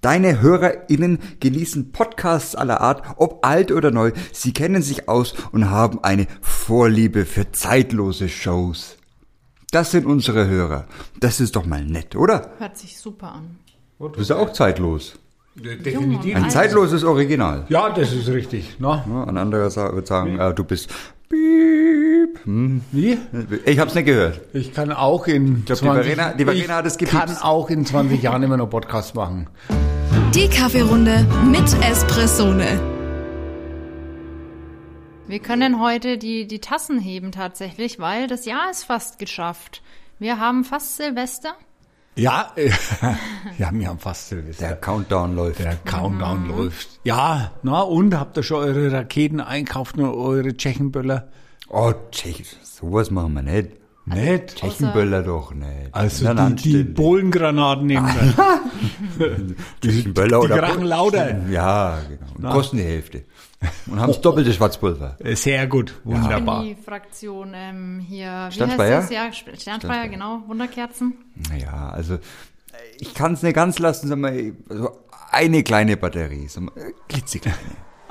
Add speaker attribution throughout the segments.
Speaker 1: Deine HörerInnen genießen Podcasts aller Art, ob alt oder neu. Sie kennen sich aus und haben eine Vorliebe für zeitlose Shows. Das sind unsere Hörer. Das ist doch mal nett, oder?
Speaker 2: Hört sich super an.
Speaker 1: Du bist ja auch zeitlos.
Speaker 2: Definitiv.
Speaker 1: Ein zeitloses Original.
Speaker 3: Ja, das ist richtig. Na?
Speaker 1: Ja, Ein anderer sa- wird sagen, äh, du bist Piep. Hm.
Speaker 3: Wie?
Speaker 1: Ich hab's nicht gehört.
Speaker 3: Ich kann auch in
Speaker 1: glaub, die Verena- die Verena
Speaker 3: ich
Speaker 1: hat es gepiepst.
Speaker 3: kann auch in 20 Jahren immer noch Podcast machen.
Speaker 4: Die Kaffeerunde mit Espressone.
Speaker 2: Wir können heute die, die Tassen heben tatsächlich, weil das Jahr ist fast geschafft. Wir haben fast Silvester.
Speaker 3: Ja, äh, ja, wir haben fast Silvester.
Speaker 1: Der Countdown läuft.
Speaker 3: Der Countdown läuft. Ja, na und habt ihr schon eure Raketen einkauft und eure Tschechenböller?
Speaker 1: Oh, Tschech, sowas machen wir nicht.
Speaker 3: Nett.
Speaker 1: Tschechenböller doch nicht.
Speaker 3: Also
Speaker 1: Nein, nein,
Speaker 3: die, die
Speaker 1: stimmt.
Speaker 3: Bohlengranaten nehmen wir.
Speaker 1: Tschechenböller
Speaker 3: die
Speaker 1: oder
Speaker 3: krachen lauter.
Speaker 1: Ja, genau. Und kosten die Hälfte. Und haben das doppelte Schwarzpulver.
Speaker 3: Sehr gut, wunderbar.
Speaker 2: Die Fraktion ähm, hier.
Speaker 1: Sternspeier?
Speaker 2: Wie heißt das? Ja, Sp- Sternspeier, genau. Wunderkerzen.
Speaker 1: Naja, also ich kann es nicht ganz lassen, sondern mal, so eine kleine Batterie, so mal, äh, klitzekleine.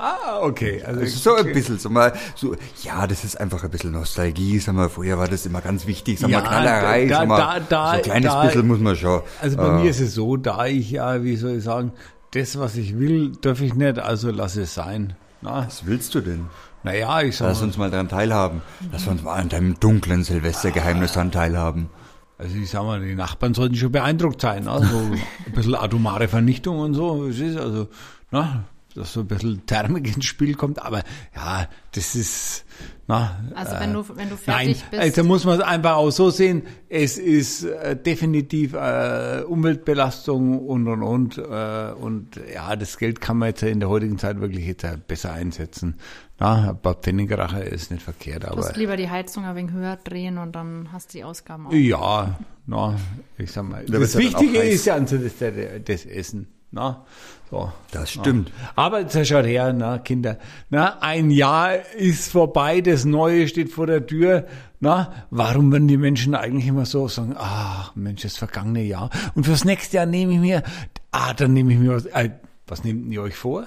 Speaker 3: Ah, okay. Also,
Speaker 1: Also so ein bisschen, so mal, so, ja, das ist einfach ein bisschen Nostalgie, sag mal, früher war das immer ganz wichtig, sag mal,
Speaker 3: Ja,
Speaker 1: Knallerei,
Speaker 3: da-
Speaker 1: sag mal,
Speaker 3: da- da-
Speaker 1: so ein kleines
Speaker 3: da-
Speaker 1: bisschen muss man schon. äh,
Speaker 3: Also bei
Speaker 1: Ah.
Speaker 3: mir ist es so, da ich ja, wie soll ich sagen, das, was ich will, darf ich nicht, also lass es sein. Na,
Speaker 1: Was willst du denn?
Speaker 3: naja, ich sag
Speaker 1: Lass
Speaker 3: mal,
Speaker 1: uns mal daran teilhamen. Lass uns mal an deinem dunklen Silvestergeheimnis daran teilhaben.
Speaker 3: also ich sag mal, die Nachbarn sollten schon beeindruckt sein, na, so ein bisschen atomare Vernichtung und so, es ist also, na, dass so ein bisschen Thermik ins Spiel kommt, aber ja, das ist, na,
Speaker 2: Also wenn du, wenn du
Speaker 3: Äh, Nein,
Speaker 2: fertig bist.
Speaker 3: also muss man es einfach auch so sehen. Es ist äh, definitiv äh, Umweltbelastung und und und äh, und ja, das Geld kann man jetzt in der heutigen Zeit wirklich jetzt äh, besser einsetzen. Na, ein paar Pfennigrache ist nicht verkehrt,
Speaker 2: Du
Speaker 3: aber
Speaker 2: musst lieber die Heizung ein wenig höher drehen und dann hast du die Ausgaben auch.
Speaker 3: ja, na, ich sag mal,
Speaker 1: wird's
Speaker 3: das
Speaker 1: ja dann auch
Speaker 3: Wichtige
Speaker 1: heiß.
Speaker 3: ist ja an sich das, das Essen. Na, so.
Speaker 1: Das stimmt.
Speaker 3: Aber jetzt schaut her, na, Kinder. Na, ein Jahr ist vorbei, das Neue steht vor der Tür. Na, warum werden die Menschen eigentlich immer so sagen, ach Mensch, das vergangene Jahr. Und fürs nächste Jahr nehme ich mir, ah, dann nehme ich mir was. Äh, was nehmt ihr euch vor?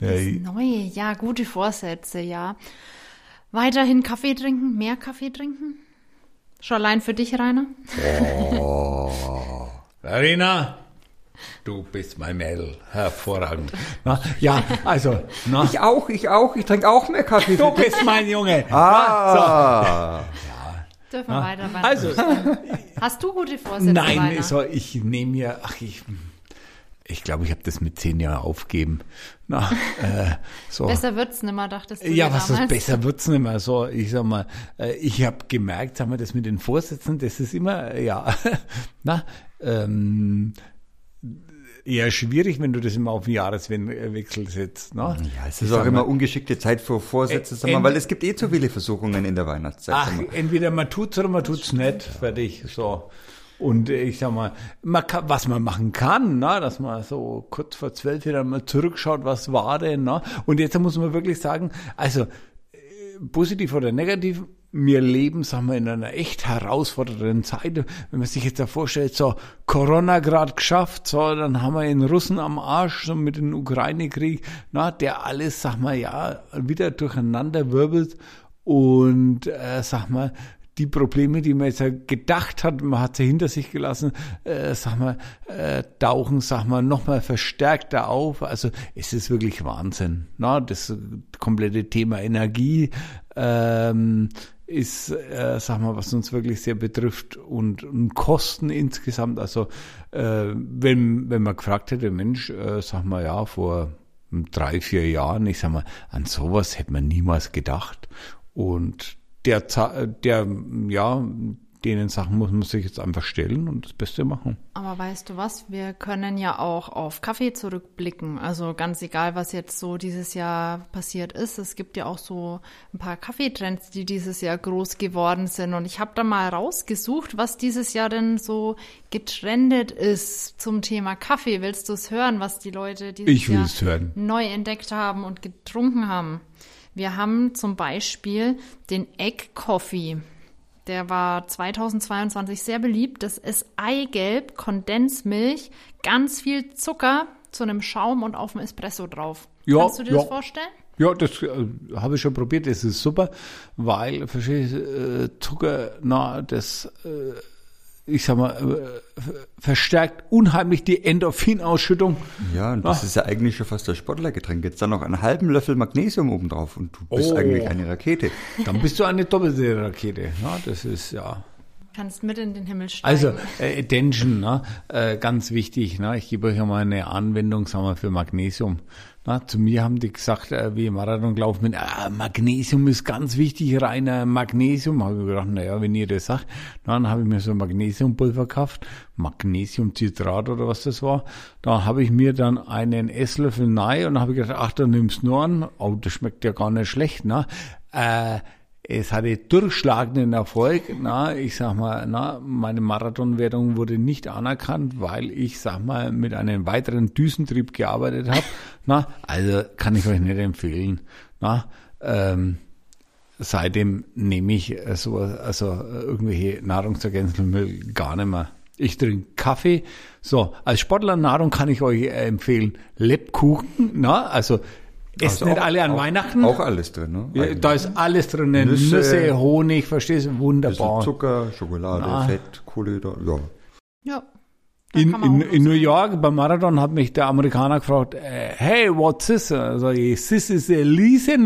Speaker 3: Äh,
Speaker 2: Neue, ja, gute Vorsätze, ja. Weiterhin Kaffee trinken, mehr Kaffee trinken. Schon allein für dich, Rainer.
Speaker 3: Verena, du bist mein Mädel. Hervorragend. Na, ja, also, na,
Speaker 1: Ich auch, ich auch, ich trinke auch mehr Kaffee.
Speaker 3: du bist mein Junge.
Speaker 1: Ah,
Speaker 2: Dürfen wir weiter.
Speaker 3: Na, so. Also,
Speaker 2: Hast du gute Vorsätze?
Speaker 3: Nein,
Speaker 2: Rainer?
Speaker 3: so, ich nehme mir, ach, ich, ich glaube, ich habe das mit zehn Jahren aufgeben. Na, äh, so.
Speaker 2: Besser wird's nimmer, dachtest du.
Speaker 3: ja,
Speaker 2: dir
Speaker 3: was ist
Speaker 2: damals.
Speaker 3: besser wird's nicht mehr. So, ich sag mal, äh, ich habe gemerkt, sag mal, das mit den Vorsätzen, das ist immer, äh, ja, na, ähm, eher schwierig, wenn du das immer auf den Jahreswechsel setzt. ne? Na?
Speaker 1: Ja, es ist auch immer ungeschickte Zeit für Vorsätze, sag mal,
Speaker 3: Ent-
Speaker 1: weil es gibt eh zu viele Versuchungen in der Weihnachtszeit.
Speaker 3: Ach,
Speaker 1: sag mal.
Speaker 3: entweder man tut's oder man tut's nicht, fertig, so. Und ich sag mal, man kann, was man machen kann, ne, dass man so kurz vor zwölf wieder mal zurückschaut, was war denn, ne? Und jetzt muss man wirklich sagen, also äh, positiv oder negativ, wir leben, sagen wir, in einer echt herausfordernden Zeit. Wenn man sich jetzt da vorstellt, so Corona gerade geschafft, so, dann haben wir den Russen am Arsch, so mit dem Ukraine-Krieg, na, der alles, sag mal, ja, wieder durcheinander wirbelt und äh, sag mal, die Probleme, die man jetzt ja gedacht hat, man hat sie hinter sich gelassen, äh, sag mal, äh, tauchen, sag mal, nochmal verstärkter auf. Also es ist wirklich Wahnsinn. Na, das komplette Thema Energie ähm, ist, äh, sag mal, was uns wirklich sehr betrifft und, und Kosten insgesamt. Also äh, wenn, wenn man gefragt hätte, Mensch, äh, sag mal, ja, vor drei, vier Jahren, ich sag mal, an sowas hätte man niemals gedacht. Und der, Za- der, ja, denen Sachen muss man sich jetzt einfach stellen und das Beste machen.
Speaker 2: Aber weißt du was? Wir können ja auch auf Kaffee zurückblicken. Also ganz egal, was jetzt so dieses Jahr passiert ist. Es gibt ja auch so ein paar Kaffeetrends, die dieses Jahr groß geworden sind. Und ich habe da mal rausgesucht, was dieses Jahr denn so getrendet ist zum Thema Kaffee. Willst du es hören, was die Leute dieses
Speaker 3: Ich will
Speaker 2: Jahr
Speaker 3: es hören.
Speaker 2: neu entdeckt haben und getrunken haben? Wir haben zum Beispiel den Egg Coffee. Der war 2022 sehr beliebt. Das ist Eigelb, Kondensmilch, ganz viel Zucker zu einem Schaum und auf dem Espresso drauf.
Speaker 3: Ja,
Speaker 2: Kannst du dir das
Speaker 3: ja.
Speaker 2: vorstellen?
Speaker 3: Ja, das äh, habe ich schon probiert, das ist super, weil verstehst, du, äh, Zucker, na, das, äh, ich sag mal, äh, ver- verstärkt unheimlich die Endorphinausschüttung.
Speaker 1: Ja, und
Speaker 3: Ah.
Speaker 1: das ist ja eigentlich schon fast das Sportlergetränk. Jetzt dann noch einen halben Löffel Magnesium obendrauf und du bist
Speaker 3: Oh.
Speaker 1: eigentlich eine Rakete.
Speaker 3: Dann bist du eine doppelte Rakete. Ja, das ist ja.
Speaker 2: Kannst mit in den Himmel steigen.
Speaker 3: Also, äh, Attention, ne? äh, ganz wichtig. Ne? Ich gebe euch ja mal eine Anwendung, sagen wir, für Magnesium. Na, zu mir haben die gesagt, äh, wie im Marathonlauf mit, ah, Magnesium ist ganz wichtig, reiner Magnesium. Habe ich gedacht, naja, wenn ihr das sagt, Na, dann habe ich mir so ein Magnesiumpulver gekauft, Magnesiumcitrat oder was das war. Da habe ich mir dann einen Esslöffel nahe und dann habe ich gedacht, ach, da nimmst du nur an. Oh, das schmeckt ja gar nicht schlecht. Ne? Äh, es hatte durchschlagenden Erfolg. Na, ich sag mal, na, meine Marathonwertung wurde nicht anerkannt, weil ich, sag mal, mit einem weiteren Düsentrieb gearbeitet habe. Na, also kann ich euch nicht empfehlen. Na, ähm, seitdem nehme ich äh, sowas, also äh, irgendwelche Nahrungsergänzungsmittel gar nicht mehr. Ich trinke Kaffee. So, als Sportlernahrung kann ich euch äh, empfehlen Lebkuchen. Na, also esst
Speaker 1: Also
Speaker 3: nicht
Speaker 1: auch-
Speaker 3: alle an
Speaker 1: auch,
Speaker 3: Weihnachten.
Speaker 1: Auch alles drin, ne?
Speaker 3: Ja,
Speaker 1: Eigentlich.
Speaker 3: da ist alles drin. Nüsse,
Speaker 1: Nüsse,
Speaker 3: Honig, verstehst du?
Speaker 1: bisschen
Speaker 3: Wunderbar.
Speaker 1: Zucker, Schokolade,
Speaker 3: Ah.
Speaker 1: Fett, Kohlenhydrate. Ja.
Speaker 2: ja. Da
Speaker 3: In,
Speaker 2: kann man
Speaker 3: in,
Speaker 2: auch
Speaker 3: in New
Speaker 2: was-
Speaker 3: York beim Marathon hat mich der Amerikaner gefragt, äh, hey, what's this? Also, this is a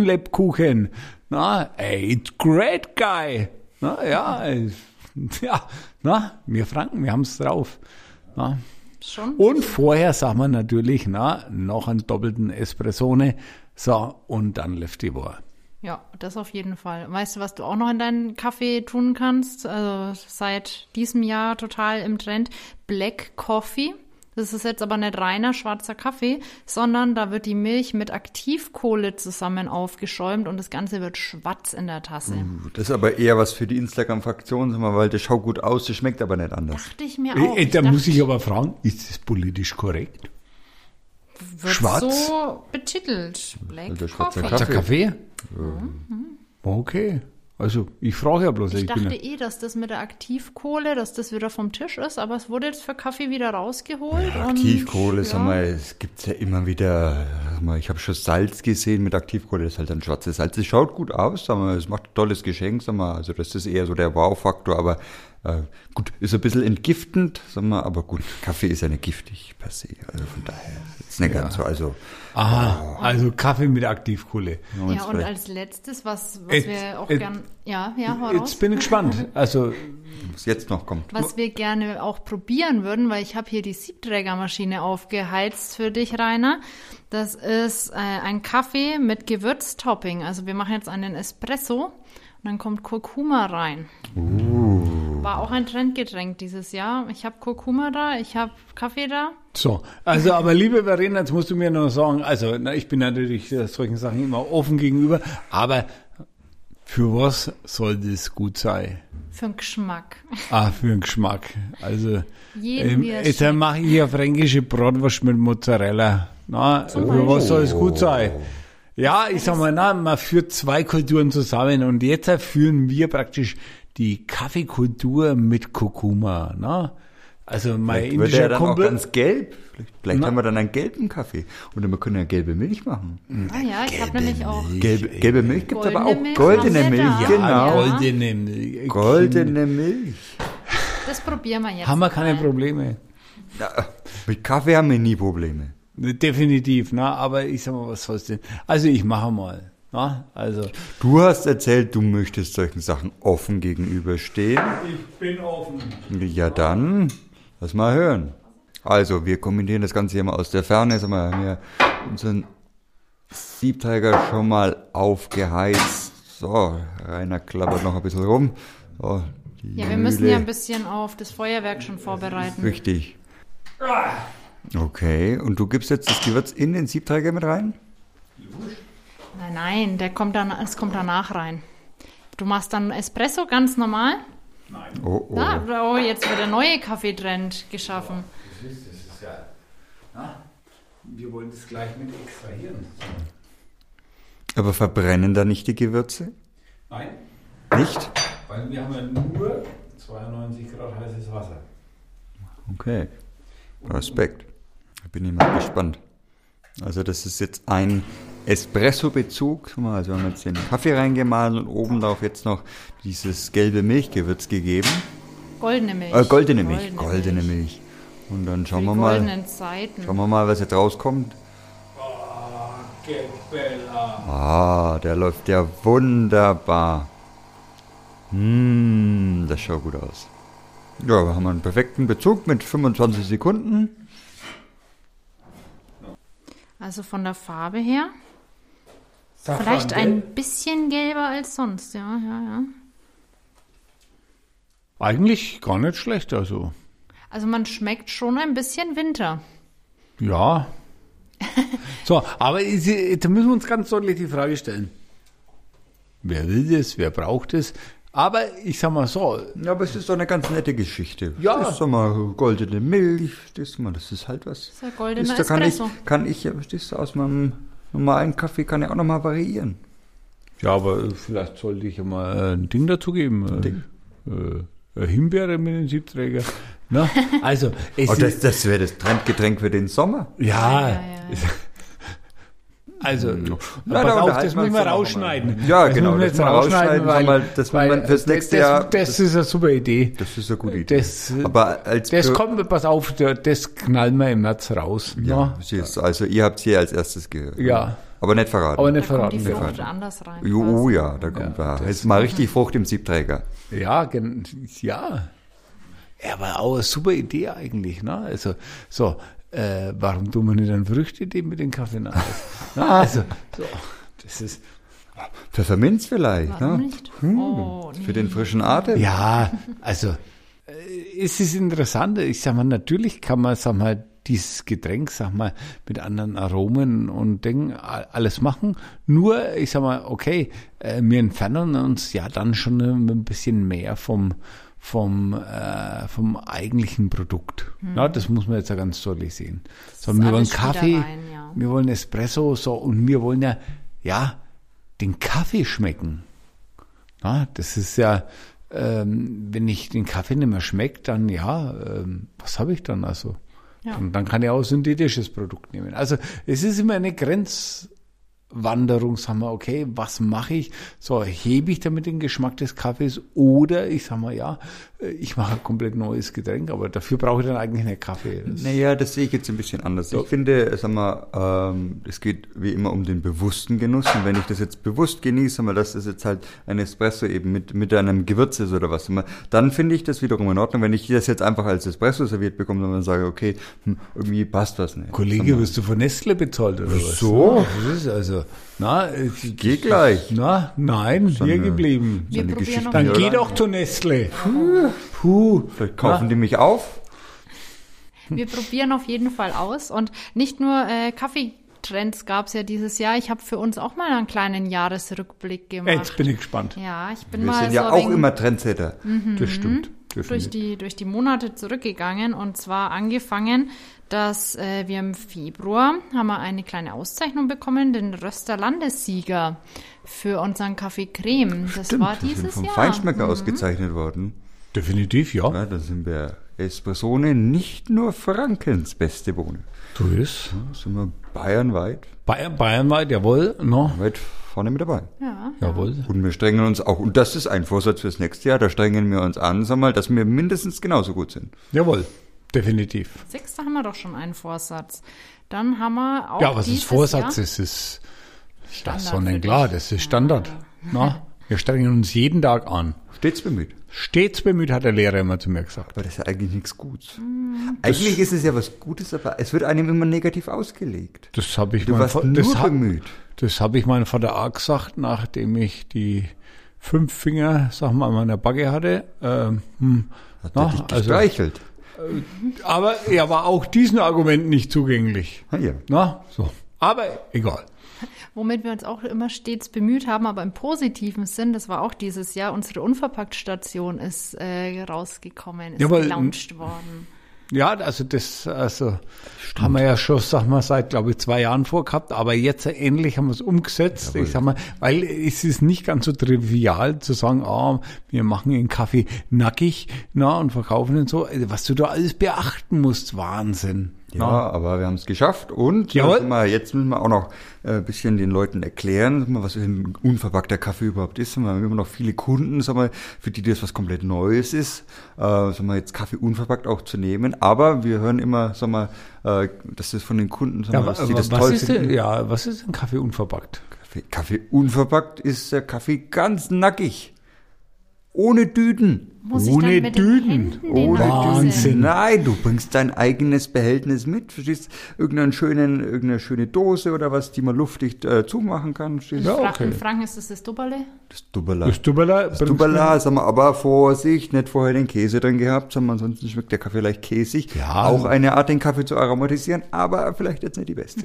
Speaker 3: Liesenlebkuchen. Na, ey, it's great, guy. Na, ja, äh, ja, na, wir Franken, wir haben's drauf. Na.
Speaker 2: Schon.
Speaker 3: Und vorher sagt man natürlich, na, noch einen doppelten Espressone. So, und dann Leftivore.
Speaker 2: Ja, das auf jeden Fall. Weißt du, was du auch noch in deinen Kaffee tun kannst? Also seit diesem Jahr total im Trend. Black Coffee. Das ist jetzt aber nicht reiner schwarzer Kaffee, sondern da wird die Milch mit Aktivkohle zusammen aufgeschäumt und das Ganze wird schwarz in der Tasse.
Speaker 3: Hm.
Speaker 1: Das ist aber eher was für die Instagram-Fraktion, sag mal, weil das schaut gut aus, das schmeckt aber nicht anders.
Speaker 2: Dachte ich mir auch.
Speaker 3: Äh, da
Speaker 2: dachte,
Speaker 3: muss ich aber fragen, ist das politisch korrekt?
Speaker 2: wird
Speaker 3: schwarz?
Speaker 2: so betitelt. Black
Speaker 1: Also schwarzer
Speaker 2: Coffee.
Speaker 1: Kaffee.
Speaker 3: Kaffee? Mhm. Okay. Also, ich frage ja bloß,
Speaker 2: Ich
Speaker 3: bin
Speaker 2: dachte eh, dass das mit der Aktivkohle, dass das wieder vom Tisch ist, aber es wurde jetzt für Kaffee wieder rausgeholt. und-
Speaker 1: Aktivkohle,
Speaker 2: ja.
Speaker 1: sag mal, es gibt's ja immer wieder, sag mal, ich habe schon Salz gesehen mit Aktivkohle, das ist halt ein schwarzes Salz. Es schaut gut aus, sag mal, es macht ein tolles Geschenk, sag mal, also das ist eher so der Wow-Faktor, aber äh, gut, ist ein bisschen entgiftend, sag mal, aber gut, Kaffee ist ja nicht giftig per se, also von daher ist nicht ganz so, also
Speaker 3: Aha, also Kaffee mit Aktivkohle.
Speaker 2: Ja, und als letztes, was, was
Speaker 3: Jetzt-
Speaker 2: wir auch
Speaker 3: jetzt-
Speaker 2: gern, ja, ja, hau raus.
Speaker 3: Jetzt bin ich gespannt. Also,
Speaker 1: was jetzt noch kommt.
Speaker 2: was wir gerne auch probieren würden, weil ich habe hier die Siebträgermaschine aufgeheizt für dich, Rainer. Das ist äh, ein Kaffee mit Gewürztopping. Also wir machen jetzt einen Espresso und dann kommt Kurkuma rein. War auch ein Trendgetränk dieses Jahr. Ich habe Kurkuma da, ich habe Kaffee da.
Speaker 3: so. Also, aber liebe Verena, jetzt musst du mir noch sagen, also, na, ich bin natürlich äh, solchen Sachen immer offen gegenüber, aber für was soll das gut sein?
Speaker 2: Für den Geschmack.
Speaker 3: Ah, für den Geschmack. Also,
Speaker 2: Jeden,
Speaker 3: ähm,
Speaker 2: wie er
Speaker 3: jetzt mache ich ja fränkische Bratwurst mit Mozzarella. Na, über was soll es gut sein? Ja, ich sag mal, na, man führt zwei Kulturen zusammen und jetzt führen wir praktisch die Kaffeekultur mit Kurkuma. Na? Also
Speaker 1: Vielleicht wird
Speaker 3: mein
Speaker 1: er
Speaker 3: indischer
Speaker 1: dann auch
Speaker 3: Kumpel.
Speaker 1: ganz gelb, vielleicht, vielleicht haben wir dann einen gelben Kaffee und wir können ja gelbe Milch machen.
Speaker 2: Ah ja, ich habe nämlich auch
Speaker 1: Gelbe, gelbe Milch gibt's aber auch, goldene
Speaker 2: Goldene Milch haben wir
Speaker 1: Milch,
Speaker 2: da.
Speaker 1: genau.
Speaker 2: Ja.
Speaker 3: Goldene Milch.
Speaker 1: Goldene Milch.
Speaker 2: Das probieren wir jetzt.
Speaker 3: Haben wir keine
Speaker 2: mal.
Speaker 3: Probleme.
Speaker 1: Ja, mit Kaffee haben wir nie Probleme.
Speaker 3: Definitiv, na, aber ich sag mal, was soll's denn? Also ich mache mal. Na? Also.
Speaker 1: Du hast erzählt, du möchtest solchen Sachen offen gegenüberstehen.
Speaker 3: Ich bin offen.
Speaker 1: Ja, dann lass mal hören. Also, wir kommentieren das Ganze hier mal aus der Ferne. Sag mal, wir haben ja unseren Siebteiger schon mal aufgeheizt. So, Rainer klappert noch ein bisschen rum. So, die
Speaker 2: Ja, wir müssen ja
Speaker 1: Mühle.
Speaker 2: ein bisschen auf das Feuerwerk schon vorbereiten.
Speaker 1: Richtig. Okay, und du gibst jetzt das Gewürz in den Siebträger mit rein?
Speaker 2: Nein, nein, der kommt dann, es kommt danach rein. Du machst dann Espresso ganz normal.
Speaker 1: Oh, oh.
Speaker 2: Na, oh, jetzt wird der neue Kaffeetrend geschaffen.
Speaker 3: Wir wollen das gleich mit extrahieren.
Speaker 1: Aber verbrennen da nicht die Gewürze?
Speaker 3: Nein.
Speaker 1: Nicht?
Speaker 3: Weil wir haben ja nur 92 Grad heißes Wasser.
Speaker 1: Okay. Respekt. Da bin ich mal gespannt. Also das ist jetzt ein Espresso-Bezug. Guck mal, Also wir haben jetzt den Kaffee reingemahl und oben drauf jetzt noch dieses gelbe Milchgewürz gegeben.
Speaker 2: Goldene Milch.
Speaker 1: Äh, goldene Milch. Goldene Milch. Und dann schauen
Speaker 2: Die
Speaker 1: wir mal.
Speaker 2: goldenen Zeiten.
Speaker 1: Schauen wir mal, was jetzt rauskommt.
Speaker 3: Gebella.
Speaker 1: Ah, der läuft ja wunderbar. Hm, das schaut gut aus. Ja, wir haben einen perfekten Bezug mit 25 Sekunden.
Speaker 2: Also von der Farbe her.
Speaker 3: Safran,
Speaker 2: Vielleicht
Speaker 3: gell?
Speaker 2: ein bisschen gelber als sonst, ja, ja, ja.
Speaker 3: Eigentlich gar nicht schlecht, also.
Speaker 2: Also man schmeckt schon ein bisschen Winter.
Speaker 3: Ja. so, aber ist- da müssen wir uns ganz deutlich die Frage stellen. Wer will das? Wer braucht es? Aber ich sag mal so,
Speaker 1: Ja, aber es ist doch eine ganz nette Geschichte.
Speaker 3: Ja.
Speaker 1: Das ist doch mal goldene Milch. Das ist, mal, das ist halt was.
Speaker 2: ist ein goldener
Speaker 1: Siehst du, kann ich,
Speaker 2: Espresso.
Speaker 1: kann ich, ja, verstehst du, aus meinem normalen Kaffee kann ich auch nochmal variieren.
Speaker 3: Ja, aber äh, vielleicht sollte ich ja mal äh, ein Ding dazugeben. Ein
Speaker 1: Ding.
Speaker 3: Äh, äh, Himbeere mit dem Siebträger. Na, also, es
Speaker 1: Oh, das
Speaker 3: ist,
Speaker 1: das wäre das Trendgetränk für den Sommer.
Speaker 3: ja,
Speaker 2: Ja, ja,
Speaker 3: Also,
Speaker 1: Hm. Na,
Speaker 3: pass
Speaker 1: da
Speaker 3: auf,
Speaker 1: unterhalten
Speaker 3: das
Speaker 1: wir
Speaker 3: müssen
Speaker 1: uns
Speaker 3: wir
Speaker 1: dann auch mal.
Speaker 3: rausschneiden.
Speaker 1: Ja,
Speaker 3: das
Speaker 1: genau,
Speaker 3: müssen wir
Speaker 1: das
Speaker 3: jetzt
Speaker 1: müssen wir
Speaker 3: rausschneiden,
Speaker 1: rausschneiden,
Speaker 3: weil,
Speaker 1: weil das
Speaker 3: weil
Speaker 1: müssen wir fürs
Speaker 3: das-
Speaker 1: nächste
Speaker 3: das,
Speaker 1: Jahr-
Speaker 3: Das, ist eine super Idee.
Speaker 1: Das ist eine gute Idee.
Speaker 3: Das, äh,
Speaker 1: aber als
Speaker 3: das
Speaker 1: Pri-
Speaker 3: kommt, pass auf, da- das knallen wir im März raus. ne?
Speaker 1: ja,
Speaker 3: Ja.
Speaker 1: verstehst du, also ihr habt es hier als erstes gehört.
Speaker 3: Ja.
Speaker 1: Aber nicht verraten.
Speaker 3: Aber nicht
Speaker 2: Da kommt die
Speaker 3: verraten wir.
Speaker 2: Frucht anders rein.
Speaker 1: Jo,
Speaker 2: quasi.
Speaker 1: oh ja, da kommt da. Jetzt mal richtig Frucht im Siebträger.
Speaker 3: Ja, gen- ja. Ja, aber auch eine super Idee eigentlich, ne? Also, so, äh, warum tun wir nicht einen Früchtidee mit den Kaffee nach? Na, also, so, das ist,
Speaker 1: Pfefferminz vielleicht,
Speaker 2: Warum
Speaker 1: ne?
Speaker 2: nicht? Oh, nee.
Speaker 1: Für den frischen Atem.
Speaker 3: ja, also, äh, es ist interessant. Ich sag mal, natürlich kann man, sag mal, dieses Getränk, sag mal, mit anderen Aromen und Dingen a- alles machen. Nur, ich sag mal, okay, äh, wir entfernen uns ja dann schon äh, ein bisschen mehr vom, vom, äh, vom eigentlichen Produkt. Na, das muss man jetzt ja ganz deutlich sehen. So,
Speaker 2: Hm. ist
Speaker 3: wir wollen
Speaker 2: alles wieder
Speaker 3: Kaffee,
Speaker 2: rein, ja.
Speaker 3: wir wollen Espresso, so, und wir wollen ja, ja, den Kaffee schmecken. Na, das ist ja, ähm, wenn ich den Kaffee nicht mehr schmeckt, dann ja, ähm, was habe ich dann also?
Speaker 2: Ja.
Speaker 3: Und dann kann ich auch synthetisches Produkt nehmen. Also es ist immer eine Grenzwanderung, sag mal, okay, was mache ich? So, hebe ich damit den Geschmack des Kaffees oder ich sag mal, ja, äh, ich mache ein komplett neues Getränk, aber dafür brauche ich dann eigentlich einen Kaffee. Das-
Speaker 1: Naja, das sehe ich jetzt ein bisschen anders. Ich finde, sag mal, ähm, es geht wie immer um den bewussten Genuss. Und wenn ich das jetzt bewusst genieße, sag mal, dass das jetzt halt ein Espresso eben mit, mit einem Gewürz ist oder was immer, dann finde ich das wiederum in Ordnung. Wenn ich das jetzt einfach als Espresso serviert bekomme, dann sage ich, okay, hm, irgendwie passt das nicht.
Speaker 3: Kollege, wirst du von Nestle bezahlt oder was?
Speaker 1: So.
Speaker 3: Das ist also, na, ich
Speaker 1: Geh gleich.
Speaker 3: Na, nein, hier
Speaker 1: eine-
Speaker 3: geblieben.
Speaker 2: Wir
Speaker 1: Eine
Speaker 2: probieren
Speaker 1: Geschichte.
Speaker 2: noch
Speaker 3: Dann
Speaker 2: Ja,
Speaker 3: geh
Speaker 1: oder?
Speaker 3: doch zu Nestle. Puh. Puh. Ah.
Speaker 1: Vielleicht kaufen die mich auf.
Speaker 2: Wir probieren auf jeden Fall aus. Und nicht nur äh, Kaffeetrends gab es ja dieses Jahr. Ich habe für uns auch mal einen kleinen Jahresrückblick
Speaker 3: Na,
Speaker 2: gemacht.
Speaker 3: Jetzt bin ich gespannt.
Speaker 2: ja, ich bin
Speaker 1: Wir
Speaker 2: mal
Speaker 1: sind
Speaker 2: so Hm,
Speaker 1: ja
Speaker 2: ein
Speaker 1: auch
Speaker 2: wenig
Speaker 1: immer Trendsetter.
Speaker 3: Das stimmt. Das
Speaker 2: Mhm. durch
Speaker 3: stimmt.
Speaker 2: die, durch die Monate zurückgegangen und zwar angefangen, dass äh, wir im Februar haben wir eine kleine Auszeichnung bekommen, den Röster Landessieger für unseren Kaffee Creme. Das war
Speaker 1: wir sind
Speaker 2: dieses
Speaker 1: vom
Speaker 2: Jahr. Hm, Mhm.
Speaker 1: Feinschmecker ausgezeichnet worden.
Speaker 3: Definitiv, ja.
Speaker 1: Ja, da sind wir Espressone, nicht nur Frankens beste Bohne.
Speaker 3: Du bist.
Speaker 1: Da sind wir bayernweit,
Speaker 3: Bayern, Bayernweit, jawohl. No.
Speaker 1: weit vorne mit dabei.
Speaker 2: Ja.
Speaker 3: Jawohl.
Speaker 1: Und wir strengen uns auch, und das ist ein Vorsatz fürs nächste Jahr, da strengen wir uns an, sag mal, dass wir mindestens genauso gut sind.
Speaker 3: Jawohl. Definitiv.
Speaker 2: Sechs, da haben wir doch schon einen Vorsatz. Dann haben wir auch
Speaker 3: ja, was ist
Speaker 2: dieses
Speaker 3: Vorsatz?
Speaker 2: Jahr,
Speaker 3: Es ist das
Speaker 2: Standard
Speaker 3: ist
Speaker 2: für
Speaker 3: sonnenklar,
Speaker 2: dich.
Speaker 3: das ist Standard. Na, wir strengen uns jeden Tag an.
Speaker 1: Stets bemüht.
Speaker 3: Stets bemüht, hat der Lehrer immer zu mir gesagt.
Speaker 1: Aber das ist ja eigentlich nichts Gutes.
Speaker 2: Mhm.
Speaker 1: Eigentlich ist es ja was Gutes, aber es wird einem immer negativ ausgelegt.
Speaker 3: Das habe ich
Speaker 1: Du
Speaker 3: meinem
Speaker 1: warst
Speaker 3: Fa-
Speaker 1: nur
Speaker 3: das hab-
Speaker 1: bemüht.
Speaker 3: Das habe ich meinem Vater auch gesagt, nachdem ich die fünf Finger, sag mal, an meiner Backe hatte. Ähm, hm,
Speaker 1: Hat
Speaker 3: na,
Speaker 1: er dich
Speaker 3: also,
Speaker 1: gestreichelt?
Speaker 3: aber er war auch diesen Argumenten nicht zugänglich.
Speaker 1: Ah, ja.
Speaker 3: Na, so. Aber egal.
Speaker 2: womit wir uns auch immer stets bemüht haben, aber im positiven Sinn, das war auch dieses Jahr, unsere Unverpackt-Station ist äh, rausgekommen, ist
Speaker 3: Jawohl.
Speaker 2: gelauncht worden.
Speaker 3: Ja, also das also haben wir ja schon, sag mal, seit glaube ich zwei Jahren vorgehabt, aber jetzt endlich haben wir es umgesetzt. Ich sag mal, weil es ist nicht ganz so trivial zu sagen, ah, wir machen den Kaffee nackig, na und verkaufen ihn so. Also, Was du da alles beachten musst, Wahnsinn.
Speaker 1: Ja, aber wir haben es geschafft und
Speaker 3: Jawohl.
Speaker 1: jetzt, mal, jetzt müssen wir auch noch äh, ein bisschen den Leuten erklären, sag mal, was ein unverpackter Kaffee überhaupt ist. Sag mal, Wir haben immer noch viele Kunden, sag mal, für die das was komplett Neues ist, äh, sag mal, jetzt Kaffee unverpackt auch zu nehmen. Aber wir hören immer, sag mal, äh, dass das von den Kunden, sag mal, dass die
Speaker 3: aber
Speaker 1: das
Speaker 3: was
Speaker 1: toll
Speaker 3: ist denn,
Speaker 1: finden.
Speaker 3: ja, was ist denn Kaffee unverpackt?
Speaker 1: Kaffee, Kaffee unverpackt ist der Kaffee ganz nackig, ohne Düden.
Speaker 2: Muss
Speaker 3: Ohne
Speaker 2: ich dann mit
Speaker 3: Düden.
Speaker 2: Den Händen den
Speaker 1: Ohne
Speaker 3: Wahnsinn.
Speaker 1: Düsen. Nein, du bringst dein eigenes Behältnis mit, verstehst? Irgendeinen schönen, irgendeine schöne Dose oder was, die man luftdicht äh, zumachen kann, verstehst?
Speaker 3: Ja,
Speaker 1: Ja.
Speaker 2: Fra
Speaker 3: okay.
Speaker 2: In Franken ist das das Dubberle.
Speaker 1: Das Dubbela.
Speaker 3: Das Stubberla bringst du-
Speaker 1: Dubbela, sag mal, aber Vorsicht, nicht vorher den Käse drin gehabt, sag mal, ansonsten schmeckt der Kaffee leicht käsig.
Speaker 3: Ja.
Speaker 1: Auch eine Art, den Kaffee zu aromatisieren, aber vielleicht jetzt nicht die beste.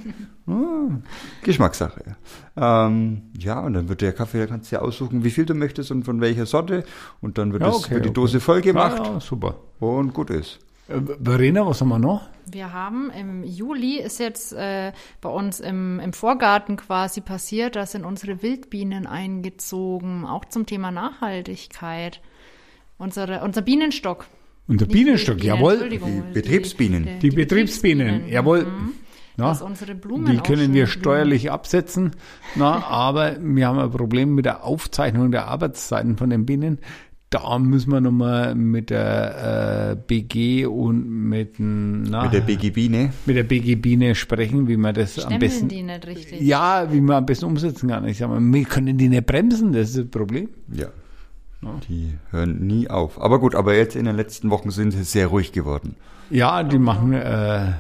Speaker 1: Hm, Geschmackssache. Ähm, ja, und dann wird der Kaffee, da kannst du ja aussuchen, wie viel du möchtest und von welcher Sorte. Und dann wird,
Speaker 3: Ja,
Speaker 1: das,
Speaker 3: okay,
Speaker 1: wird die
Speaker 3: okay.
Speaker 1: Dose voll gemacht
Speaker 3: Ah, ja, super.
Speaker 1: und gut ist.
Speaker 3: Äh, Verena, was haben wir noch?
Speaker 2: Wir haben im Juli ist jetzt äh, bei uns im, im Vorgarten quasi passiert, da sind unsere Wildbienen eingezogen, auch zum Thema Nachhaltigkeit. Unsere, unser Bienenstock.
Speaker 3: Unser
Speaker 2: Nicht
Speaker 3: Bienenstock,
Speaker 2: Wildbienen,
Speaker 3: jawohl. Die,
Speaker 2: Entschuldigung, mhm.
Speaker 1: Die Betriebsbienen.
Speaker 3: die Betriebsbienen, jawohl. Na,
Speaker 2: Dass unsere Blumen
Speaker 3: die
Speaker 2: auch
Speaker 3: können
Speaker 2: schön
Speaker 3: wir
Speaker 2: blühen.
Speaker 3: steuerlich absetzen, na, aber wir haben ein Problem mit der Aufzeichnung der Arbeitszeiten von den Bienen. Da müssen wir nochmal mit der äh, BG und mit, dem, na,
Speaker 1: Mit der BG Biene.
Speaker 3: mit der BG Biene sprechen, wie man das am
Speaker 2: Stempeln
Speaker 3: besten
Speaker 2: die nicht richtig.
Speaker 3: ja, wie man am besten umsetzen kann. Ich sag mal, wir können die nicht bremsen, das ist das Problem.
Speaker 1: Ja. Die hören nie auf. Aber gut, aber jetzt in den letzten Wochen sind sie sehr ruhig geworden.
Speaker 3: Ja,
Speaker 2: Oh.
Speaker 3: die machen äh,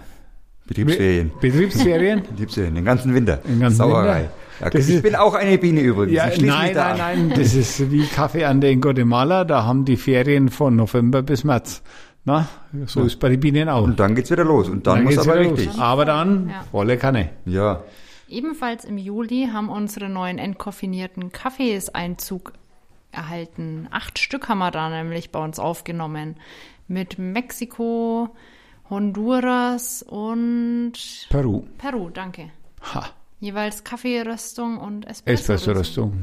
Speaker 1: Betriebsferien.
Speaker 3: Betriebsferien.
Speaker 1: Betriebsferien, den ganzen Winter.
Speaker 3: Den ganzen
Speaker 1: Sauerei.
Speaker 3: Winter.
Speaker 1: Ja,
Speaker 3: Das
Speaker 1: ich
Speaker 3: ist-
Speaker 1: bin auch eine Biene übrigens.
Speaker 3: Ja,
Speaker 1: ich schließe mich
Speaker 3: nein,
Speaker 1: da
Speaker 3: nein,
Speaker 1: an.
Speaker 3: nein, das ist wie Kaffee an der in Guatemala, da haben die Ferien von November bis März. Na, so ist bei den Bienen auch.
Speaker 1: Und dann geht's wieder los. Und dann, muss
Speaker 3: geht's
Speaker 1: aber
Speaker 3: wieder los.
Speaker 1: richtig.
Speaker 3: Aber dann
Speaker 2: Ja.
Speaker 3: volle Kanne.
Speaker 1: Ja.
Speaker 2: Ebenfalls im Juli haben unsere neuen entkoffinierten Kaffees Einzug erhalten. Acht Stück haben wir da nämlich bei uns aufgenommen. Mit Mexiko, Honduras und
Speaker 3: Peru.
Speaker 2: Peru, danke.
Speaker 3: Ha,
Speaker 2: Jeweils Kaffeeröstung und Espresso.
Speaker 3: Espresso-Röstung.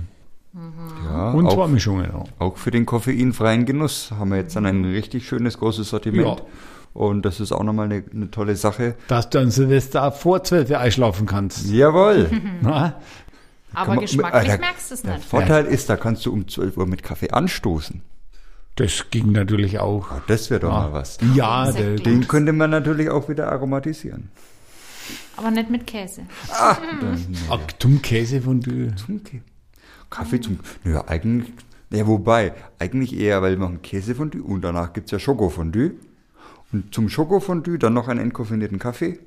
Speaker 1: ja
Speaker 3: Und
Speaker 1: auch,
Speaker 3: zwei Mischungen auch.
Speaker 1: auch für den koffeinfreien Genuss haben wir jetzt dann ein richtig schönes, großes Sortiment.
Speaker 3: Ja.
Speaker 1: Und das ist auch nochmal eine, eine tolle Sache.
Speaker 3: Dass du an Silvester vor 12 Uhr einschlafen kannst.
Speaker 2: Mhm.
Speaker 1: Jawohl.
Speaker 3: Na,
Speaker 1: Kann
Speaker 2: Aber
Speaker 1: man-
Speaker 3: Ah,
Speaker 2: geschmacklich
Speaker 1: Alter,
Speaker 2: merkst du es
Speaker 1: Der
Speaker 2: nicht.
Speaker 1: Vorteil ist, da kannst du um 12 Uhr mit Kaffee anstoßen.
Speaker 3: das ging natürlich auch.
Speaker 1: Ah, Das wäre doch mal was.
Speaker 3: Ja,
Speaker 2: Sehr
Speaker 3: der,
Speaker 2: gut.
Speaker 1: Den könnte man natürlich auch wieder aromatisieren.
Speaker 2: Aber nicht mit Käse.
Speaker 3: Ach, zum Käsefondue.
Speaker 1: Okay. Kaffee zum. Naja, eigentlich. Ja, wobei, eigentlich eher, weil wir machen Käsefondue und danach gibt's ja Schokofondue. Und zum Schokofondue dann noch einen entkoffinierten Kaffee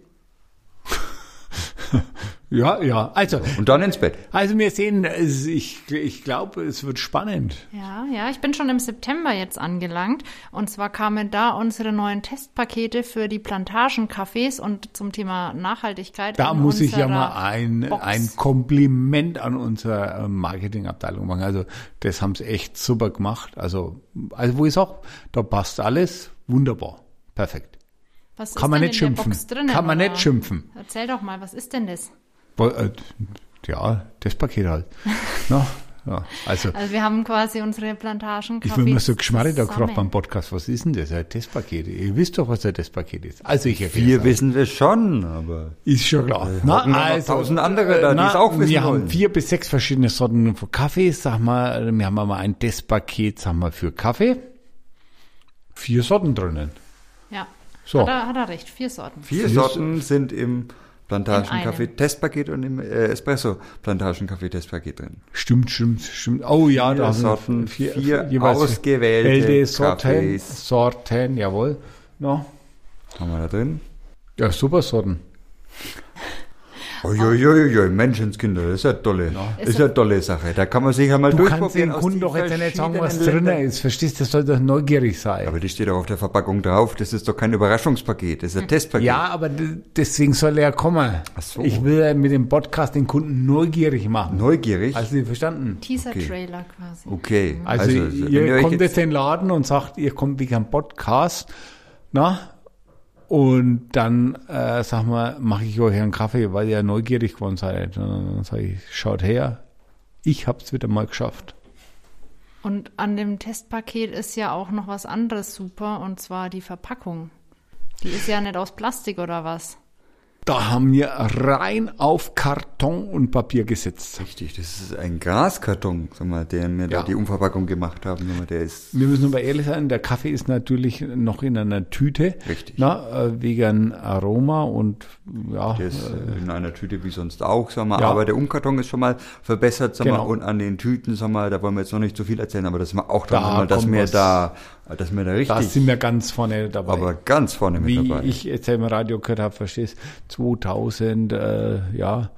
Speaker 3: Ja, ja. Also,
Speaker 1: und dann ins Bett.
Speaker 3: also wir sehen, es- ich, ich glaube, es wird spannend.
Speaker 2: Ja, ja, ich bin schon im September jetzt angelangt. Und zwar kamen da unsere neuen Testpakete für die Plantagencafés und zum Thema Nachhaltigkeit.
Speaker 3: Da
Speaker 2: in
Speaker 3: muss ich ja
Speaker 2: unserer
Speaker 3: mal ein,
Speaker 2: Box.
Speaker 3: ein Kompliment an unsere äh, Marketingabteilung machen. Also das haben sie echt super gemacht. Also, also wo ist auch, da passt alles. Wunderbar. Perfekt.
Speaker 2: Was
Speaker 3: Kann man
Speaker 2: denn
Speaker 3: nicht
Speaker 2: in der
Speaker 3: schimpfen.
Speaker 2: Box drinnen,
Speaker 3: Kann man
Speaker 2: oder?
Speaker 3: nicht schimpfen.
Speaker 2: Erzähl doch mal, was ist denn das?
Speaker 3: Wo- äh, Ja, das Paket halt. Na, ja, also
Speaker 2: Also wir haben quasi unsere Plantagen.
Speaker 3: ich bin mir so geschmarrt, da gefragt beim Podcast, was ist denn das? Ein Testpaket. Ihr wisst doch, was ein Testpaket ist. Also ich erkläre
Speaker 1: Wir wissen das schon, aber.
Speaker 3: Ist schon klar. also,
Speaker 1: hocken da noch tausend andere da, die es auch wissen
Speaker 3: Wir haben
Speaker 1: wollen.
Speaker 3: vier bis sechs verschiedene Sorten von Kaffees, sag mal. Wir haben mal ein Testpaket, sag mal, für Kaffee. Vier Sorten drinnen.
Speaker 2: Ja,
Speaker 3: So.
Speaker 2: hat, er, hat er recht, vier Sorten.
Speaker 1: Vier
Speaker 3: Vier
Speaker 1: Sorten sind im
Speaker 2: In
Speaker 1: Plantagencafé-Testpaket und im äh, Espresso-Plantagencafé-Testpaket drin.
Speaker 3: Stimmt, stimmt, stimmt. Oh ja,
Speaker 1: Vier
Speaker 3: da haben wir
Speaker 1: Sorten,
Speaker 3: vier,
Speaker 1: vier
Speaker 3: jeweils
Speaker 1: ausgewählte
Speaker 3: ältere Sorten,
Speaker 1: Kaffees.
Speaker 3: Sorten, jawohl. No.
Speaker 1: Haben wir da drin?
Speaker 3: Ja, super Sorten.
Speaker 1: Uiuiuiui, Menschenskinder, das ist ja tolle. Das ist Ah. ja tolle Sache. Da kann man sich ja mal
Speaker 3: Du kannst
Speaker 1: durchprobieren.
Speaker 3: den
Speaker 1: aus
Speaker 3: Kunden
Speaker 1: die
Speaker 3: doch jetzt ja nicht sagen, was
Speaker 1: verschiedenen
Speaker 3: drin
Speaker 1: Ländern.
Speaker 3: ist. Verstehst du, das soll doch neugierig sein.
Speaker 1: Aber das steht doch auf der Verpackung drauf. Das ist doch kein Überraschungspaket. Das ist ein Testpaket.
Speaker 3: Hm. Ja, aber d- deswegen soll er ja kommen.
Speaker 1: Ach so.
Speaker 3: Ich will ja mit dem Podcast den Kunden neugierig machen.
Speaker 1: Neugierig?
Speaker 3: Hast du die verstanden?
Speaker 2: Teaser-Trailer quasi.
Speaker 1: okay.
Speaker 3: Also,
Speaker 1: wenn
Speaker 3: ihr
Speaker 1: euch
Speaker 3: kommt
Speaker 1: jetzt-
Speaker 3: jetzt in den Laden und sagt, ihr kommt wegen einem Podcast, na, Und dann äh, sag mal, mache ich euch einen Kaffee, weil ihr neugierig geworden seid. Und dann sage ich, schaut her, ich hab's wieder mal geschafft.
Speaker 2: Und an dem Testpaket ist ja auch noch was anderes super, und zwar die Verpackung. Die ist ja nicht aus Plastik oder was.
Speaker 3: Da haben wir rein auf Karton und Papier gesetzt.
Speaker 1: Richtig, das ist ein Gaskarton, sag mal, der mir
Speaker 3: Ja.
Speaker 1: da die Umverpackung gemacht haben. Sag mal, der ist
Speaker 3: Wir müssen aber ehrlich sein, der Kaffee ist natürlich noch in einer Tüte.
Speaker 1: Richtig.
Speaker 3: Na, äh, wegen Aroma und ja.
Speaker 1: Der ist äh, in einer Tüte wie sonst auch, sag mal.
Speaker 3: Ja.
Speaker 1: Aber der Umkarton ist schon mal verbessert, sag mal.
Speaker 3: Genau.
Speaker 1: Und an den Tüten, sag mal, da wollen wir jetzt noch nicht so viel erzählen, aber das ist mal auch
Speaker 3: Da
Speaker 1: dran, sag mal, dass
Speaker 3: kommt
Speaker 1: wir
Speaker 3: was.
Speaker 1: da, dass wir da
Speaker 3: Da
Speaker 1: richtig,
Speaker 3: sind wir ganz vorne dabei.
Speaker 1: aber ganz vorne mit
Speaker 3: Wie
Speaker 1: dabei.
Speaker 3: ich jetzt im Radio gehört habe, verstehst 2000, äh, ja,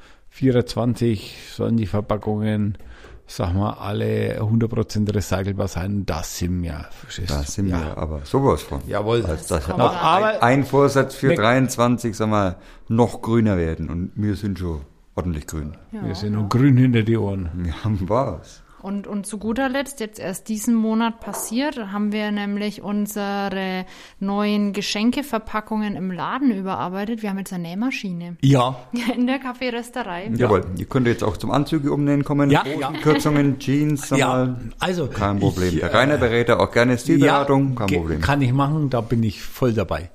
Speaker 3: 24 sollen die Verpackungen, sag mal, alle 100% recycelbar sein. Das sind wir, verstehst
Speaker 1: da sind
Speaker 3: ja.
Speaker 1: wir aber sowas von.
Speaker 3: Jawohl.
Speaker 1: Als das
Speaker 2: kommt
Speaker 1: Na,
Speaker 2: da.
Speaker 1: ein, ein Vorsatz für
Speaker 3: Ne-
Speaker 1: 23, sag mal, noch grüner werden. Und wir sind schon ordentlich grün.
Speaker 2: Ja.
Speaker 3: Wir sind nur grün hinter die Ohren.
Speaker 1: Wir haben was.
Speaker 2: Und, und zu guter Letzt, jetzt erst diesen Monat passiert, haben wir nämlich unsere neuen Geschenkeverpackungen im Laden überarbeitet. Wir haben jetzt eine Nähmaschine
Speaker 3: Ja,
Speaker 2: in der Kaffeerösterei.
Speaker 1: Jawohl. Ihr könnt jetzt auch zum Anzüge umnähen kommen.
Speaker 3: Ja,
Speaker 1: Hosen,
Speaker 3: ja.
Speaker 1: Kürzungen, Jeans, sag
Speaker 3: ja.
Speaker 1: mal.
Speaker 3: Also,
Speaker 1: Kein Problem.
Speaker 3: Ich, äh,
Speaker 1: Der reine Berater, auch gerne Stilberatung, kein
Speaker 3: ge-
Speaker 1: Problem.
Speaker 3: Kann ich machen, da bin ich voll dabei.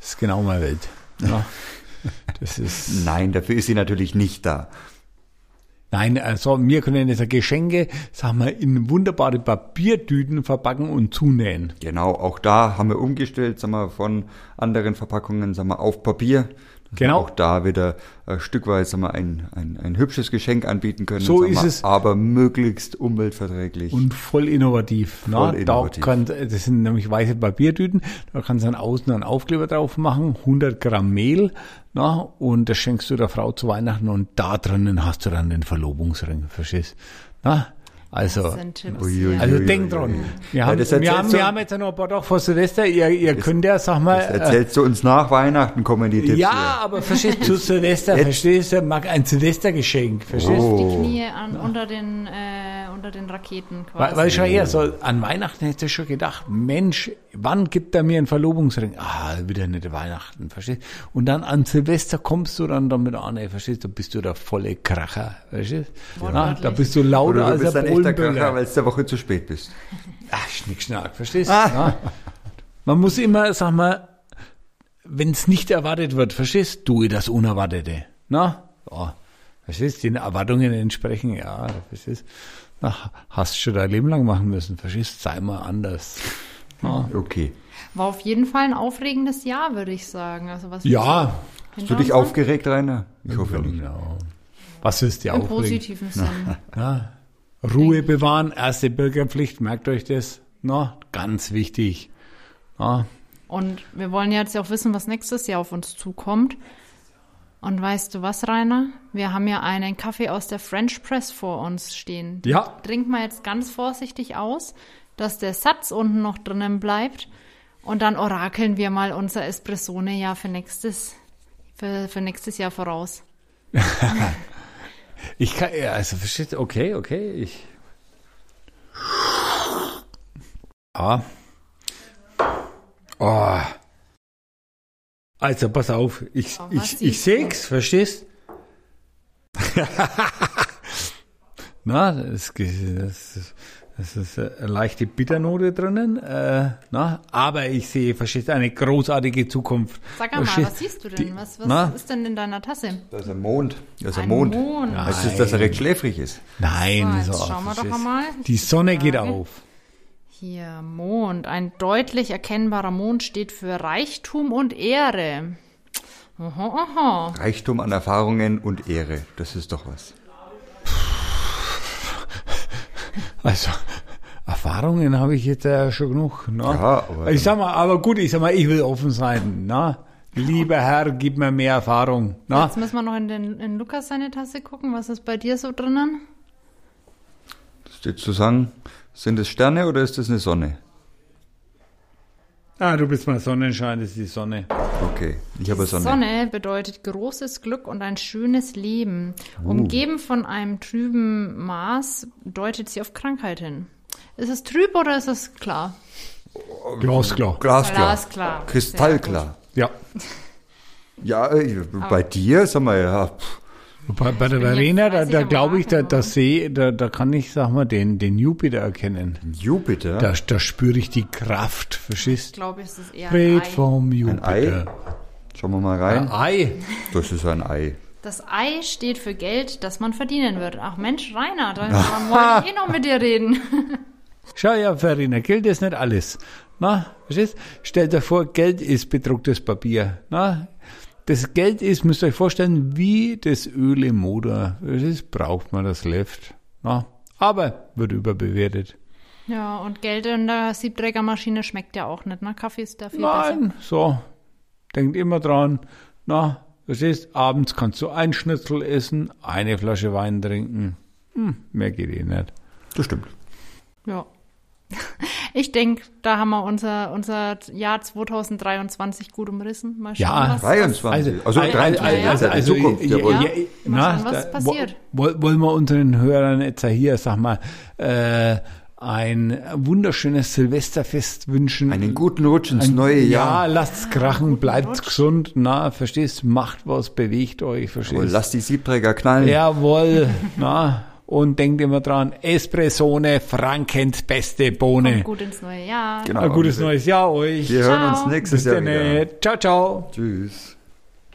Speaker 3: Das ist genau meine Welt. Ja. Das ist.
Speaker 1: Nein, dafür ist sie natürlich nicht da.
Speaker 3: Nein, also wir können jetzt Geschenke, sag mal, in wunderbare Papiertüten verpacken und zunähen.
Speaker 1: Genau, auch da haben wir umgestellt, sagen wir, von anderen Verpackungen, sagen wir, auf Papier. Dass wir
Speaker 3: Genau.
Speaker 1: Auch da wieder äh, stückweise sagen wir, ein, ein, ein hübsches Geschenk anbieten können.
Speaker 3: So
Speaker 1: sagen wir,
Speaker 3: ist es.
Speaker 1: Aber möglichst umweltverträglich.
Speaker 3: Und voll innovativ.
Speaker 1: Voll
Speaker 3: ne?
Speaker 1: innovativ.
Speaker 3: Da kann, das sind nämlich weiße Papiertüten, da kannst du dann außen einen Aufkleber drauf machen, 100 Gramm Mehl, ne? und das schenkst du der Frau zu Weihnachten und da drinnen hast du dann den Verlobungsring, verstehst ne? Also,
Speaker 2: Das sind Tipps.
Speaker 1: Uiui.
Speaker 2: hier.
Speaker 3: also
Speaker 1: Uiuiui.
Speaker 3: denk dran. Wir haben,
Speaker 1: das erzählst
Speaker 3: wir, haben,
Speaker 1: du-
Speaker 3: wir haben jetzt noch ein paar Tage vor Silvester, ihr, ihr könnt ja, sag mal,
Speaker 1: das
Speaker 3: äh,
Speaker 1: erzählst du uns nach Weihnachten, kommen die Tipps
Speaker 3: ja,
Speaker 1: hier.
Speaker 3: aber verstehst du, zu Silvester, verstehst du, mag ein Silvestergeschenk, verstehst du?
Speaker 2: Die
Speaker 1: Oh.
Speaker 2: Knie an, unter, den, äh, unter den Raketen quasi.
Speaker 3: Weil, weil schon eher so, an Weihnachten hättest du schon gedacht, Mensch, wann gibt er mir einen Verlobungsring? Ah, wieder nicht Weihnachten, verstehst Und dann an Silvester kommst du dann damit an, ey, verstehst du, bist du der volle Kracher, verstehst du? Na, Da bist du lauter
Speaker 1: Oder du
Speaker 3: als
Speaker 1: bist
Speaker 3: der
Speaker 1: ein echter Kracher,
Speaker 3: Bullenbüller.
Speaker 1: weil es der Woche zu spät bist.
Speaker 3: Ach, schnickschnack, verstehst du? Na? Man muss immer, sag mal, wenn es nicht erwartet wird, verstehst du, tue das Unerwartete. Na? Ja. Verstehst du, den Erwartungen entsprechen, ja, verstehst Na, hast schon dein Leben lang machen müssen, verstehst sei mal anders. ne? Na?
Speaker 1: Okay.
Speaker 2: War auf jeden Fall ein aufregendes Jahr, würde ich sagen. Also was wir
Speaker 1: Hast
Speaker 3: Ja,
Speaker 2: hinter
Speaker 1: du dich
Speaker 2: uns haben.
Speaker 1: aufgeregt, Rainer? Ich hoffe nicht.
Speaker 3: genau. Was ist dir
Speaker 2: Im
Speaker 3: aufregend?
Speaker 2: positiven Sinn.
Speaker 3: Ja. Ruhe bewahren, erste Bürgerpflicht, merkt euch das. Na, ganz wichtig. ne? Na,
Speaker 2: Und wir wollen jetzt ja auch wissen, was nächstes Jahr auf uns zukommt. Und weißt du was, Rainer? Wir haben ja einen Kaffee aus der French Press vor uns stehen. Den
Speaker 3: Ja.
Speaker 2: Trinken wir jetzt ganz vorsichtig aus, dass der Satz unten noch drinnen bleibt. Und dann orakeln wir mal unser Espressone ja für nächstes, für, für nächstes Jahr voraus.
Speaker 3: Ich kann, ja, also versteht, okay, okay, ich. Ah. Oh. Also, pass auf, ich,
Speaker 2: Oh, was
Speaker 3: ich, ich
Speaker 2: siehst du?
Speaker 3: seh's, verstehst? na, das, ge- das, ist- das ist eine leichte Bitternote drinnen, äh, na, aber ich sehe, verstehst, eine großartige Zukunft.
Speaker 2: Sag mal,
Speaker 3: Verstehst?
Speaker 2: was siehst du
Speaker 3: Oh, Die-
Speaker 2: denn? Was, was
Speaker 3: na?
Speaker 2: ist denn in deiner Tasse?
Speaker 1: Da ist ein Mond. Da ist ein,
Speaker 2: Ein
Speaker 1: Mond.
Speaker 2: Mond.
Speaker 1: Heißt das, dass er recht schläfrig ist?
Speaker 3: Nein,
Speaker 2: So, jetzt schauen wir doch
Speaker 3: verstehst?
Speaker 2: einmal.
Speaker 3: Die Sonne geht
Speaker 2: Frage.
Speaker 3: auf.
Speaker 2: Hier, Mond. Ein deutlich erkennbarer Mond steht für Reichtum und Ehre. Aha, aha.
Speaker 1: Reichtum an Erfahrungen und Ehre. Das ist doch was.
Speaker 3: Also, Erfahrungen habe ich jetzt äh, schon genug. Ne?
Speaker 1: Ja, aber-
Speaker 3: ich sag mal, aber gut, ich sag mal, ich will offen sein. Ne? Lieber Herr, gib mir mehr Erfahrung. Ne?
Speaker 2: Jetzt müssen wir noch in, den, in Lukas seine Tasse gucken. Was ist bei dir so drinnen?
Speaker 1: Steht zu sagen, sind es Sterne oder ist es eine Sonne?
Speaker 3: Ah, du bist mal Sonnenschein, das ist die Sonne.
Speaker 1: Okay, ich habe Sonne.
Speaker 2: Sonne bedeutet großes Glück und ein schönes Leben. Umgeben von einem trüben Maß deutet sie auf Krankheit hin. Ist es trüb oder ist es klar?
Speaker 3: Glasklar.
Speaker 1: Glasklar.
Speaker 2: Glasklar.
Speaker 1: Kristallklar.
Speaker 3: Ja.
Speaker 1: Ja, äh, bei dir, sag mal, ja, pff,
Speaker 3: Bei, bei der
Speaker 2: bin jetzt
Speaker 3: Verena, da,
Speaker 2: 30
Speaker 3: da
Speaker 2: am ne?
Speaker 3: glaube ich, da,
Speaker 2: Atmen.
Speaker 3: da sehe, da, da kann ich, sag mal, den, den Jupiter erkennen.
Speaker 1: Jupiter.
Speaker 3: Da, da spüre ich die Kraft,
Speaker 2: Ich
Speaker 3: verstehst?
Speaker 2: glaube, es ist eher ein
Speaker 3: Straight
Speaker 2: Ei.
Speaker 3: vom
Speaker 1: Ein Ei?
Speaker 3: Jupiter.
Speaker 1: Schauen wir mal rein.
Speaker 3: Ei.
Speaker 1: Das ist ein Ei.
Speaker 2: Das Ei steht für Geld, das man verdienen wird. Ach Mensch, Rainer, da wollte ich eh noch mit dir reden.
Speaker 3: Schau ja, Verena, Geld ist nicht alles. Na, verstehst? Stellt euch vor, Geld ist bedrucktes Papier. Na, das Geld ist, müsst ihr euch vorstellen, wie das Öl im Motor. Verstehst? Braucht man das Left. Na, aber wird überbewertet.
Speaker 2: Ja, und Geld in der Siebträgermaschine schmeckt ja auch nicht. Ne? Kaffee ist da viel besser.
Speaker 3: Nein, so. Denkt immer dran. Na, verstehst? Abends kannst du ein Schnitzel essen, eine Flasche Wein trinken. Hm, mehr geht eh nicht.
Speaker 1: Das stimmt.
Speaker 2: Ja. Ich denke, da haben wir unser, unser Jahr 2023 gut umrissen. Mal schauen,
Speaker 3: Ja.
Speaker 2: was, was
Speaker 1: 23. Also, 23, das ist ja die Zukunft.
Speaker 3: also, ja,
Speaker 1: jawohl.
Speaker 3: ja, na,
Speaker 2: schauen, was
Speaker 3: da-
Speaker 2: passiert.
Speaker 3: wo- wo- Wollen wir unseren Hörern jetzt hier, sag mal, äh, ein wunderschönes Silvesterfest wünschen.
Speaker 1: Einen guten Rutsch ins neue
Speaker 3: ja,
Speaker 1: Jahr.
Speaker 3: lasst's krachen, bleibt gesund, na, verstehst, macht was, bewegt euch,
Speaker 1: Und
Speaker 3: verstehst.
Speaker 1: lass die Siebträger knallen.
Speaker 3: Jawohl, na, und denkt immer dran, Espressone, Frankens beste Bohne.
Speaker 2: kommt gut ins neue Jahr.
Speaker 1: Genau.
Speaker 3: Ein gutes neues Jahr euch.
Speaker 1: Wir hören uns
Speaker 2: Ciao.
Speaker 1: nächstes
Speaker 3: Bis
Speaker 1: Jahr wieder.
Speaker 3: dann. Ciao, ciao.
Speaker 1: Tschüss.